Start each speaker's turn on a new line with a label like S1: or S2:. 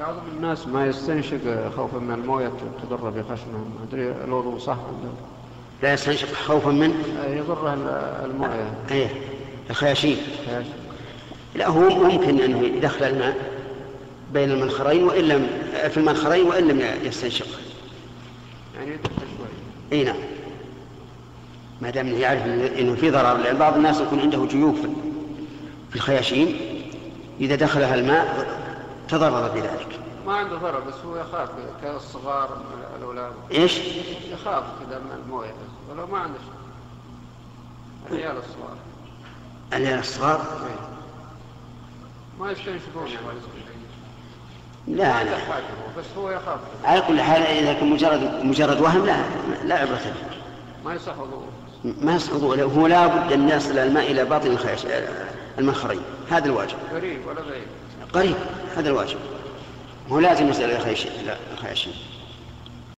S1: بعض الناس ما يستنشق خوفا من المويه تضر بخشمه ما ادري الوضوء صح ولا
S2: لا يستنشق خوفا من
S1: لا. يضره ال- المويه
S2: ايه الخياشيم
S1: فيها شيء.
S2: لا هو ممكن انه يدخل الماء بين المنخرين وان لم في المنخرين وان لم يستنشق
S1: يعني يدق شوي
S2: اي نعم ما دام إنه يعرف إنه- انه في ضرر لان بعض الناس يكون عنده جيوف في- في الخياشيم اذا دخلها الماء تضرر بذلك
S1: ما عنده ضرر بس هو يخاف كالصغار من الاولاد
S2: ايش؟
S1: يخاف كذا من المويه ولو ما عنده شيء العيال الصغار إيه.
S2: العيال الصغار
S1: ما يستنشقون يعني
S2: لا
S1: لا
S2: لا
S1: حاجه هو بس هو يخاف
S2: على كل حال اذا كان مجرد مجرد وهم لا لا عبره به
S1: ما يصح وضوءه
S2: ما يسقط هو لا بد ان يصل الماء الى باطن الخيش المنخرين هذا الواجب
S1: قريب ولا بعيد
S2: قريب هذا الواجب هو لازم يصل الى الخيش الى الخياشيم